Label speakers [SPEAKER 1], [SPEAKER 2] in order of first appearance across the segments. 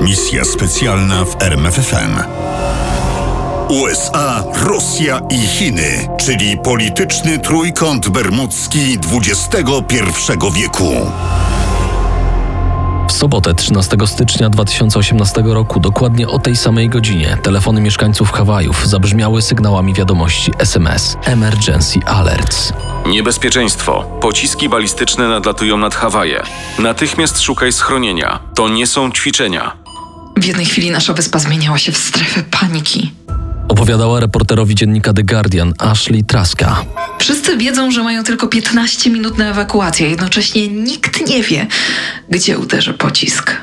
[SPEAKER 1] Misja specjalna w RMFFM. USA, Rosja i Chiny, czyli polityczny trójkąt bermudzki XXI wieku.
[SPEAKER 2] W sobotę 13 stycznia 2018 roku, dokładnie o tej samej godzinie, telefony mieszkańców Hawajów zabrzmiały sygnałami wiadomości SMS Emergency Alerts.
[SPEAKER 3] Niebezpieczeństwo. Pociski balistyczne nadlatują nad Hawaje. Natychmiast szukaj schronienia. To nie są ćwiczenia.
[SPEAKER 4] W jednej chwili nasza wyspa zmieniała się w strefę paniki.
[SPEAKER 2] Opowiadała reporterowi dziennika The Guardian Ashley Traska.
[SPEAKER 4] Wszyscy wiedzą, że mają tylko 15 minut na ewakuację, jednocześnie nikt nie wie, gdzie uderzy pocisk.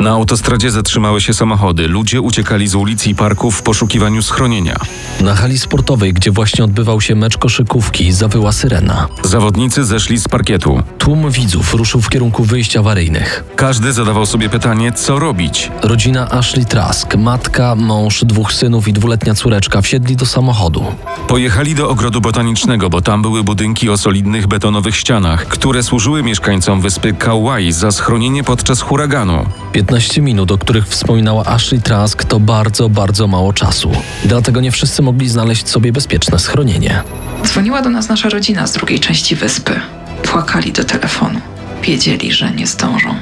[SPEAKER 3] Na autostradzie zatrzymały się samochody. Ludzie uciekali z ulic i parków w poszukiwaniu schronienia.
[SPEAKER 2] Na hali sportowej, gdzie właśnie odbywał się mecz koszykówki, zawyła syrena.
[SPEAKER 3] Zawodnicy zeszli z parkietu.
[SPEAKER 2] Tłum widzów ruszył w kierunku wyjść awaryjnych.
[SPEAKER 3] Każdy zadawał sobie pytanie, co robić.
[SPEAKER 2] Rodzina Ashley Trask, matka, mąż, dwóch synów i dwuletnia córeczka wsiedli do samochodu.
[SPEAKER 3] Pojechali do ogrodu botanicznego, bo tam były budynki o solidnych betonowych ścianach, które służyły mieszkańcom wyspy Kauai za schronienie podczas huraganu.
[SPEAKER 2] 15 minut, o których wspominała Ashley Trask, to bardzo, bardzo mało czasu. Dlatego nie wszyscy mogli znaleźć sobie bezpieczne schronienie.
[SPEAKER 4] Dzwoniła do nas nasza rodzina z drugiej części wyspy. Płakali do telefonu. Wiedzieli, że nie zdążą.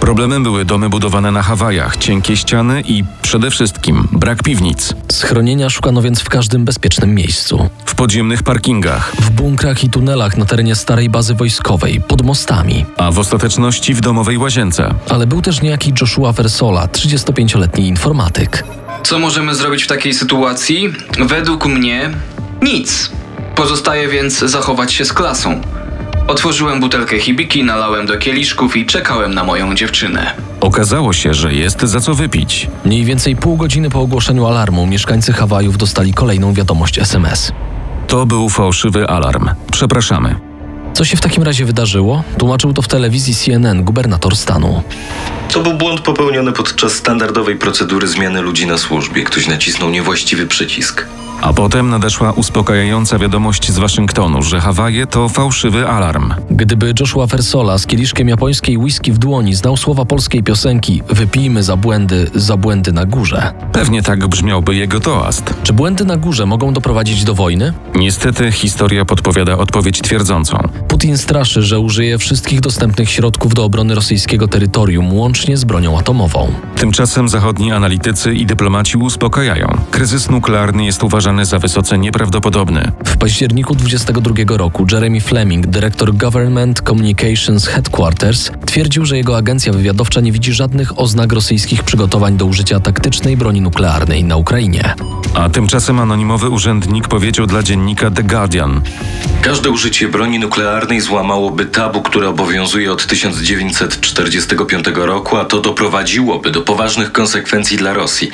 [SPEAKER 3] Problemem były domy budowane na Hawajach, cienkie ściany i przede wszystkim brak piwnic.
[SPEAKER 2] Schronienia szukano więc w każdym bezpiecznym miejscu.
[SPEAKER 3] W podziemnych parkingach,
[SPEAKER 2] W bunkrach i tunelach na terenie starej bazy wojskowej, pod mostami.
[SPEAKER 3] a w ostateczności w domowej łazience.
[SPEAKER 2] Ale był też niejaki Joshua Versola, 35-letni informatyk.
[SPEAKER 5] Co możemy zrobić w takiej sytuacji? Według mnie nic. Pozostaje więc zachować się z klasą. Otworzyłem butelkę hibiki, nalałem do kieliszków i czekałem na moją dziewczynę.
[SPEAKER 3] Okazało się, że jest za co wypić.
[SPEAKER 2] Mniej więcej pół godziny po ogłoszeniu alarmu mieszkańcy Hawajów dostali kolejną wiadomość SMS.
[SPEAKER 3] To był fałszywy alarm. Przepraszamy.
[SPEAKER 2] Co się w takim razie wydarzyło? Tłumaczył to w telewizji CNN gubernator stanu.
[SPEAKER 6] To był błąd popełniony podczas standardowej procedury zmiany ludzi na służbie. Ktoś nacisnął niewłaściwy przycisk.
[SPEAKER 3] A potem nadeszła uspokajająca wiadomość z Waszyngtonu, że Hawaje to fałszywy alarm.
[SPEAKER 2] Gdyby Joshua Fersola z kieliszkiem japońskiej whisky w dłoni znał słowa polskiej piosenki Wypijmy za błędy, za błędy na górze.
[SPEAKER 3] Pewnie tak brzmiałby jego toast.
[SPEAKER 2] Czy błędy na górze mogą doprowadzić do wojny?
[SPEAKER 3] Niestety historia podpowiada odpowiedź twierdzącą.
[SPEAKER 2] Putin straszy, że użyje wszystkich dostępnych środków do obrony rosyjskiego terytorium, łącznie z bronią atomową.
[SPEAKER 3] Tymczasem zachodni analitycy i dyplomaci uspokajają. Kryzys nuklearny jest uważany za wysoce nieprawdopodobny.
[SPEAKER 2] W październiku 22 roku Jeremy Fleming, dyrektor Government Communications Headquarters, twierdził, że jego agencja wywiadowcza nie widzi żadnych oznak rosyjskich przygotowań do użycia taktycznej broni nuklearnej na Ukrainie.
[SPEAKER 3] A tymczasem anonimowy urzędnik powiedział dla dziennika The Guardian:
[SPEAKER 6] Każde użycie broni nuklearnej złamałoby tabu, które obowiązuje od 1945 roku, a to doprowadziłoby do poważnych konsekwencji dla Rosji,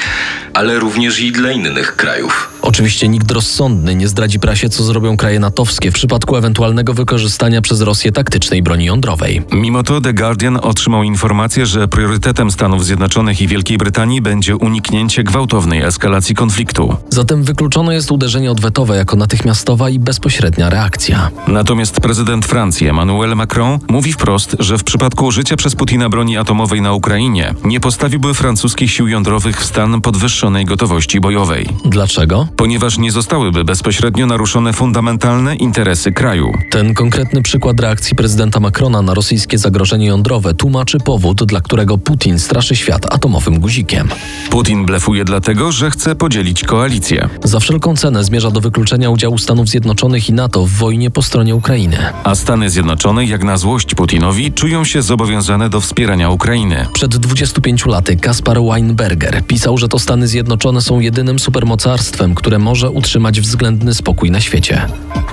[SPEAKER 6] ale również i dla innych krajów.
[SPEAKER 2] Oczywiście nikt rozsądny nie zdradzi prasie, co zrobią kraje natowskie w przypadku ewentualnego wykorzystania przez Rosję taktycznej broni jądrowej.
[SPEAKER 3] Mimo to The Guardian otrzymał informację, że priorytetem Stanów Zjednoczonych i Wielkiej Brytanii będzie uniknięcie gwałtownej eskalacji konfliktu.
[SPEAKER 2] Zatem wykluczone jest uderzenie odwetowe jako natychmiastowa i bezpośrednia reakcja.
[SPEAKER 3] Natomiast prezydent Francji Emmanuel Macron mówi wprost, że w przypadku użycia przez Putina broni atomowej na Ukrainie nie postawiłby francuskich sił jądrowych w stan podwyższonej gotowości bojowej,
[SPEAKER 2] Dlaczego?
[SPEAKER 3] ponieważ nie zostałyby bezpośrednio naruszone fundamentalne interesy kraju.
[SPEAKER 2] Ten konkretny przykład reakcji prezydenta Macrona na rosyjskie zagrożenie jądrowe tłumaczy powód, dla którego Putin straszy świat atomowym guzikiem.
[SPEAKER 3] Putin blefuje dlatego, że chce podzielić koalicję,
[SPEAKER 2] Za wszelką cenę zmierza do wykluczenia udziału Stanów Zjednoczonych i NATO w wojnie po stronie Ukrainy.
[SPEAKER 3] a Stany Zjednoczone, jak na złość Putinowi, czują się zobowiązane do wspierania Ukrainy.
[SPEAKER 2] Przed 25 laty Kaspar Weinberger pisał, że to Stany Zjednoczone są jedynym supermocarstwem, które może utrzymać względny spokój na świecie.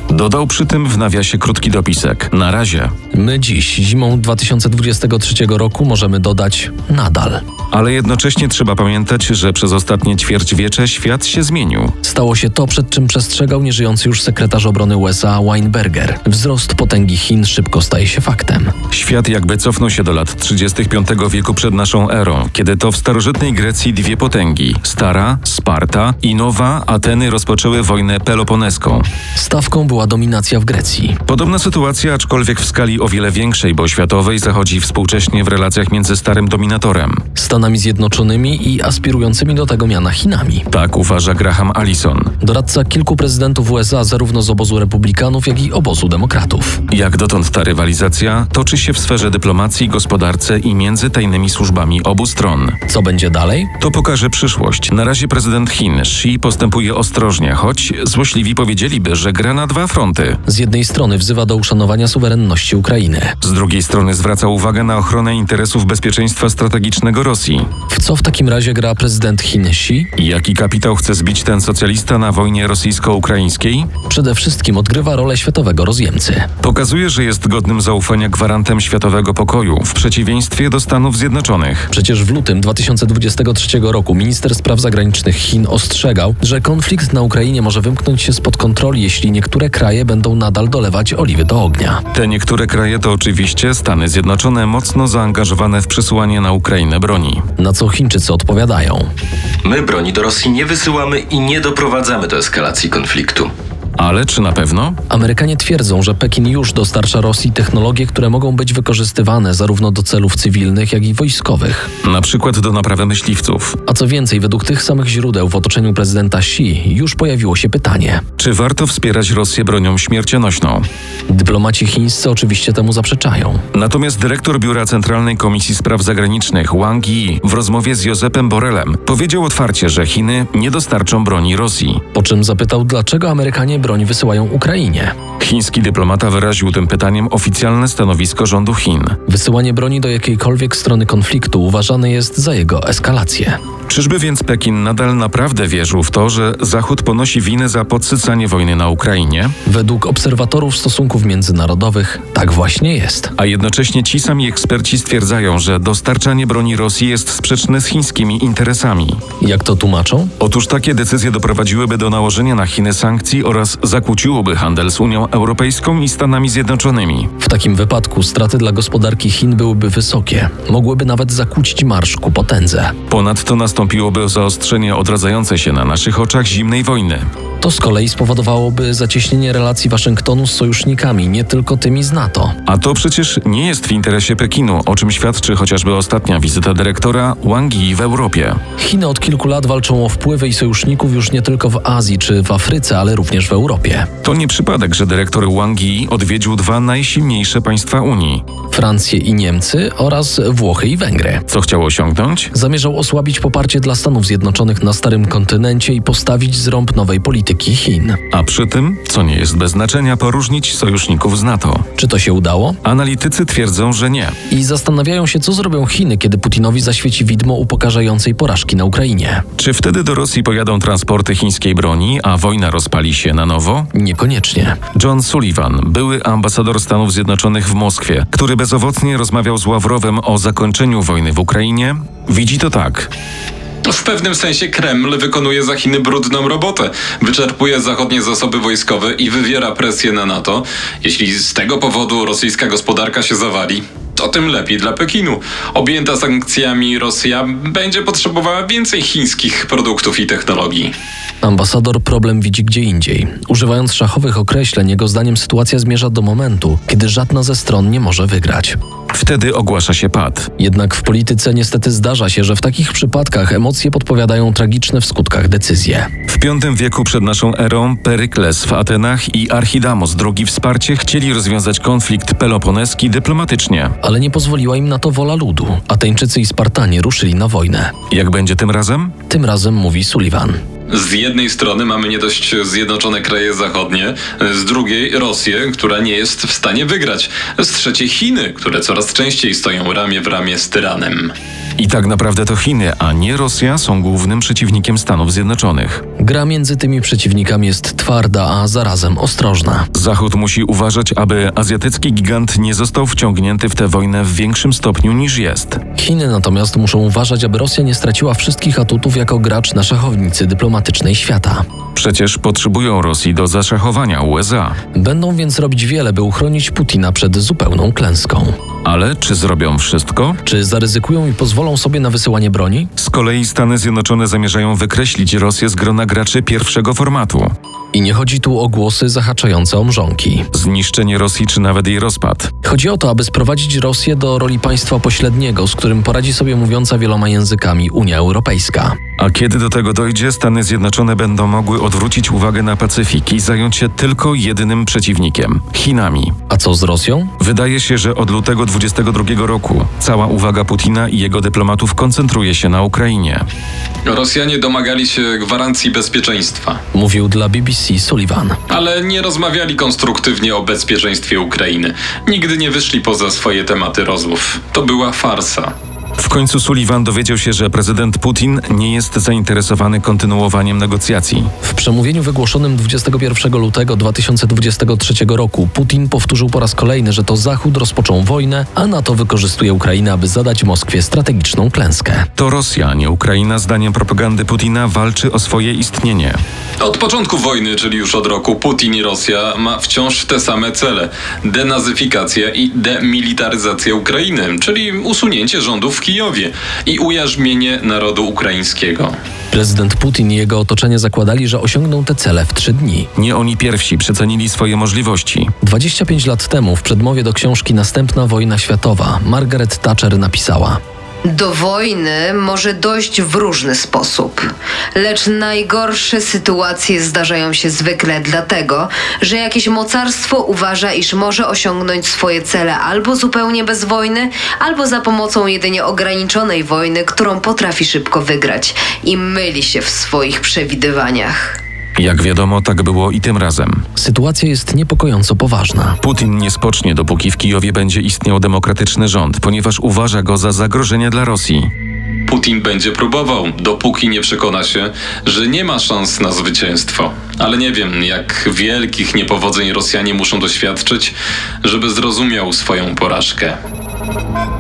[SPEAKER 3] Dodał przy tym w nawiasie krótki dopisek. Na razie.
[SPEAKER 2] My dziś, zimą 2023 roku, możemy dodać nadal.
[SPEAKER 3] Ale jednocześnie trzeba pamiętać, że przez ostatnie ćwierćwiecze świat się zmienił.
[SPEAKER 2] Stało się to, przed czym przestrzegał nieżyjący już sekretarz obrony USA Weinberger. Wzrost potęgi Chin szybko staje się faktem.
[SPEAKER 3] Świat jakby cofnął się do lat 35 wieku przed naszą erą, kiedy to w starożytnej Grecji dwie potęgi, stara, Sparta i nowa, Ateny Ateny rozpoczęły wojnę peloponeską.
[SPEAKER 2] Stawką była dominacja w Grecji.
[SPEAKER 3] Podobna sytuacja, aczkolwiek w skali o wiele większej, bo światowej, zachodzi współcześnie w relacjach między starym dominatorem.
[SPEAKER 2] Stanami Zjednoczonymi i aspirującymi do tego miana Chinami.
[SPEAKER 3] Tak uważa Graham Allison.
[SPEAKER 2] Doradca kilku prezydentów USA zarówno z obozu republikanów, jak i obozu demokratów.
[SPEAKER 3] Jak dotąd ta rywalizacja toczy się w sferze dyplomacji, gospodarce i między tajnymi służbami obu stron.
[SPEAKER 2] Co będzie dalej?
[SPEAKER 3] To pokaże przyszłość. Na razie prezydent Chin Xi postępuje ostrożnie, choć złośliwi powiedzieliby, że gra na dwa fronty.
[SPEAKER 2] Z jednej strony wzywa do uszanowania suwerenności Ukrainy,
[SPEAKER 3] Z drugiej strony zwraca uwagę na ochronę interesów bezpieczeństwa strategicznego Rosji.
[SPEAKER 2] w co w takim razie gra prezydent Chin Xi,
[SPEAKER 3] Jaki kapitał chce zbić ten socjalista na wojnie rosyjsko-ukraińskiej?
[SPEAKER 2] przede wszystkim odgrywa rolę światowego rozjemcy.
[SPEAKER 3] Pokazuje, że jest godnym zaufania gwarantem światowego pokoju, w przeciwieństwie do Stanów Zjednoczonych.
[SPEAKER 2] Przecież w lutym 2023 roku minister spraw zagranicznych Chin ostrzegał, że konflikt na Ukrainie może wymknąć się spod kontroli, jeśli niektóre kraje będą nadal dolewać oliwy do ognia.
[SPEAKER 3] Te niektóre kraje to oczywiście Stany Zjednoczone mocno zaangażowane w przesyłanie na Ukrainę broni.
[SPEAKER 2] Na co Chińczycy odpowiadają.
[SPEAKER 6] My broni do Rosji nie wysyłamy i nie doprowadzamy do eskalacji konfliktu.
[SPEAKER 3] Ale czy na pewno?
[SPEAKER 2] Amerykanie twierdzą, że Pekin już dostarcza Rosji technologie, które mogą być wykorzystywane zarówno do celów cywilnych, jak i wojskowych.
[SPEAKER 3] Na przykład do naprawy myśliwców.
[SPEAKER 2] A co więcej, według tych samych źródeł w otoczeniu prezydenta Xi już pojawiło się pytanie.
[SPEAKER 3] Czy warto wspierać Rosję bronią śmiercionośną?
[SPEAKER 2] Dyplomaci chińscy oczywiście temu zaprzeczają.
[SPEAKER 3] Natomiast dyrektor Biura Centralnej Komisji Spraw Zagranicznych Wang Yi w rozmowie z Józefem Borelem powiedział otwarcie, że Chiny nie dostarczą broni Rosji.
[SPEAKER 2] Po czym zapytał, dlaczego Amerykanie broń wysyłają Ukrainie.
[SPEAKER 3] Chiński dyplomata wyraził tym pytaniem oficjalne stanowisko rządu Chin.
[SPEAKER 2] Wysyłanie broni do jakiejkolwiek strony konfliktu uważane jest za jego eskalację.
[SPEAKER 3] Czyżby więc Pekin nadal naprawdę wierzył w to, że Zachód ponosi winę za podsycanie wojny na Ukrainie?
[SPEAKER 2] Według obserwatorów stosunków międzynarodowych tak właśnie jest.
[SPEAKER 3] A jednocześnie ci sami eksperci stwierdzają, że dostarczanie broni Rosji jest sprzeczne z chińskimi interesami.
[SPEAKER 2] Jak to tłumaczą?
[SPEAKER 3] Otóż takie decyzje doprowadziłyby do nałożenia na Chiny sankcji oraz zakłóciłoby handel z Unią Europejską i Stanami Zjednoczonymi.
[SPEAKER 2] W takim wypadku straty dla gospodarki Chin byłyby wysokie, mogłyby nawet zakłócić marsz ku potędze.
[SPEAKER 3] Ponadto nastąpiłoby zaostrzenie odradzające się na naszych oczach zimnej wojny.
[SPEAKER 2] To z kolei spowodowałoby zacieśnienie relacji Waszyngtonu z sojusznikami, nie tylko tymi z NATO.
[SPEAKER 3] A to przecież nie jest w interesie Pekinu, o czym świadczy chociażby ostatnia wizyta dyrektora Wang Yi w Europie.
[SPEAKER 2] Chiny od kilku lat walczą o wpływy i sojuszników już nie tylko w Azji czy w Afryce, ale również w Europie.
[SPEAKER 3] To nie przypadek, że dyrektor Wang Yi odwiedził dwa najsilniejsze państwa Unii.
[SPEAKER 2] Francję i Niemcy oraz Włochy i Węgry.
[SPEAKER 3] Co chciał osiągnąć?
[SPEAKER 2] Zamierzał osłabić poparcie dla Stanów Zjednoczonych na starym kontynencie i postawić zrąb nowej polityki Chin.
[SPEAKER 3] A przy tym, co nie jest bez znaczenia, poróżnić sojuszników z NATO.
[SPEAKER 2] Czy to się udało?
[SPEAKER 3] Analitycy twierdzą, że nie.
[SPEAKER 2] I zastanawiają się, co zrobią Chiny, kiedy Putinowi zaświeci widmo upokarzającej porażki na Ukrainie.
[SPEAKER 3] Czy wtedy do Rosji pojadą transporty chińskiej broni, a wojna rozpali się na nowo?
[SPEAKER 2] Niekoniecznie.
[SPEAKER 3] John Sullivan, były ambasador Stanów Zjednoczonych w Moskwie, który bezowocnie rozmawiał z Ławrowem o zakończeniu wojny w Ukrainie, widzi to tak.
[SPEAKER 7] W pewnym sensie Kreml wykonuje za Chiny brudną robotę. Wyczerpuje zachodnie zasoby wojskowe i wywiera presję na NATO. Jeśli z tego powodu rosyjska gospodarka się zawali, to tym lepiej dla Pekinu. Objęta sankcjami Rosja będzie potrzebowała więcej chińskich produktów i technologii.
[SPEAKER 2] Ambasador problem widzi gdzie indziej. Używając szachowych określeń, jego zdaniem sytuacja zmierza do momentu, kiedy żadna ze stron nie może wygrać.
[SPEAKER 3] Wtedy ogłasza się pad.
[SPEAKER 2] Jednak w polityce niestety zdarza się, że w takich przypadkach emocje podpowiadają tragiczne w skutkach decyzje.
[SPEAKER 3] W V wieku przed naszą erą Perykles w Atenach i Archidamos II wsparcie chcieli rozwiązać konflikt peloponeski dyplomatycznie.
[SPEAKER 2] Ale nie pozwoliła im na to wola ludu. Ateńczycy i Spartanie ruszyli na wojnę.
[SPEAKER 3] Jak będzie tym razem?
[SPEAKER 2] Tym razem mówi Sullivan.
[SPEAKER 7] Z jednej strony mamy nie dość zjednoczone kraje zachodnie, z drugiej Rosję, która nie jest w stanie wygrać, z trzeciej Chiny, które coraz częściej stoją ramię w ramię z tyranem.
[SPEAKER 3] I tak naprawdę to Chiny, a nie Rosja, są głównym przeciwnikiem Stanów Zjednoczonych.
[SPEAKER 2] Gra między tymi przeciwnikami jest twarda, a zarazem ostrożna.
[SPEAKER 3] Zachód musi uważać, aby azjatycki gigant nie został wciągnięty w tę wojnę w większym stopniu niż jest.
[SPEAKER 2] Chiny natomiast muszą uważać, aby Rosja nie straciła wszystkich atutów jako gracz na szachownicy dyplomatycznej świata.
[SPEAKER 3] Przecież potrzebują Rosji do zaszachowania USA.
[SPEAKER 2] Będą więc robić wiele, by uchronić Putina przed zupełną klęską.
[SPEAKER 3] Ale czy zrobią wszystko?
[SPEAKER 2] Czy zaryzykują i pozwolą sobie na wysyłanie broni?
[SPEAKER 3] Z kolei Stany Zjednoczone zamierzają wykreślić Rosję z grona graczy pierwszego formatu.
[SPEAKER 2] I nie chodzi tu o głosy zahaczające o mrzonki.
[SPEAKER 3] Zniszczenie Rosji czy nawet jej rozpad.
[SPEAKER 2] Chodzi o to, aby sprowadzić Rosję do roli państwa pośredniego, z którym poradzi sobie mówiąca wieloma językami Unia Europejska.
[SPEAKER 3] A kiedy do tego dojdzie, Stany Zjednoczone będą mogły odwrócić uwagę na Pacyfik i zająć się tylko jedynym przeciwnikiem Chinami.
[SPEAKER 2] A co z Rosją?
[SPEAKER 3] Wydaje się, że od lutego 22 roku cała uwaga Putina i jego dyplomatów koncentruje się na Ukrainie.
[SPEAKER 7] Rosjanie domagali się gwarancji bezpieczeństwa,
[SPEAKER 2] Mówił dla BBC Sullivan.
[SPEAKER 7] ale nie rozmawiali konstruktywnie o bezpieczeństwie Ukrainy. Nigdy nie wyszli poza swoje tematy rozmów. To była farsa.
[SPEAKER 3] W końcu Sullivan dowiedział się, że prezydent Putin nie jest zainteresowany kontynuowaniem negocjacji.
[SPEAKER 2] W przemówieniu wygłoszonym 21 lutego 2023 roku Putin powtórzył po raz kolejny, że to Zachód rozpoczął wojnę, a NATO wykorzystuje Ukrainę, aby zadać Moskwie strategiczną klęskę.
[SPEAKER 3] To Rosja, nie Ukraina, zdaniem propagandy Putina, walczy o swoje istnienie.
[SPEAKER 7] Od początku wojny, czyli już od roku, Putin i Rosja ma wciąż te same cele: denazyfikację i demilitaryzację Ukrainy, czyli usunięcie rządu w Kijowie i ujarzmienie narodu ukraińskiego.
[SPEAKER 2] Prezydent Putin i jego otoczenie zakładali, że osiągną te cele w trzy dni.
[SPEAKER 3] Nie oni pierwsi przecenili swoje możliwości.
[SPEAKER 2] 25 lat temu w przedmowie do książki Następna wojna światowa Margaret Thatcher napisała:
[SPEAKER 8] Do wojny może dojść w różny sposób, lecz najgorsze sytuacje zdarzają się zwykle dlatego, że jakieś mocarstwo uważa, iż może osiągnąć swoje cele albo zupełnie bez wojny, albo za pomocą jedynie ograniczonej wojny, którą potrafi szybko wygrać i myli się w swoich przewidywaniach.
[SPEAKER 3] Jak wiadomo, tak było i tym razem.
[SPEAKER 2] Sytuacja jest niepokojąco poważna.
[SPEAKER 3] Putin nie spocznie, dopóki w Kijowie będzie istniał demokratyczny rząd, ponieważ uważa go za zagrożenie dla Rosji.
[SPEAKER 7] Putin będzie próbował, dopóki nie przekona się, że nie ma szans na zwycięstwo. Ale nie wiem, jak wielkich niepowodzeń Rosjanie muszą doświadczyć, żeby zrozumiał swoją porażkę.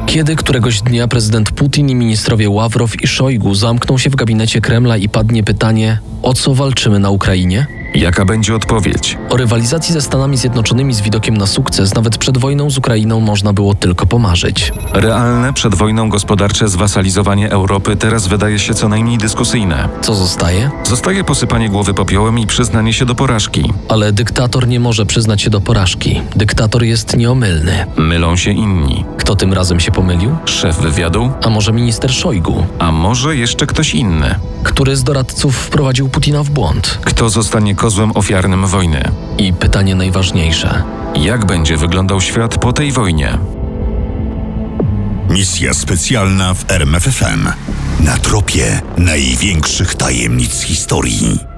[SPEAKER 2] Kiedy któregoś dnia prezydent Putin i ministrowie Ławrow i Szojgu zamkną się w gabinecie Kremla i padnie pytanie: o co walczymy na Ukrainie?
[SPEAKER 3] Jaka będzie odpowiedź?
[SPEAKER 2] O rywalizacji ze Stanami Zjednoczonymi z widokiem na sukces nawet przed wojną z Ukrainą można było tylko pomarzyć.
[SPEAKER 3] Realne przed wojną gospodarcze zwasalizowanie Europy teraz wydaje się co najmniej dyskusyjne.
[SPEAKER 2] Co zostaje?
[SPEAKER 3] Zostaje posypanie głowy popiołem i przyznanie się do porażki.
[SPEAKER 2] Ale dyktator nie może przyznać się do porażki. Dyktator jest nieomylny.
[SPEAKER 3] Mylą się inni.
[SPEAKER 2] Kto tym razem się pomylił?
[SPEAKER 3] Szef wywiadu,
[SPEAKER 2] A może minister Szojgu,
[SPEAKER 3] a może jeszcze ktoś inny.
[SPEAKER 2] który z doradców wprowadził Putina w błąd?
[SPEAKER 3] Kto zostanie kozłem ofiarnym wojny?
[SPEAKER 2] I pytanie najważniejsze.
[SPEAKER 3] Jak będzie wyglądał świat po tej wojnie?
[SPEAKER 1] Misja specjalna w RMFFM. Na tropie największych tajemnic historii.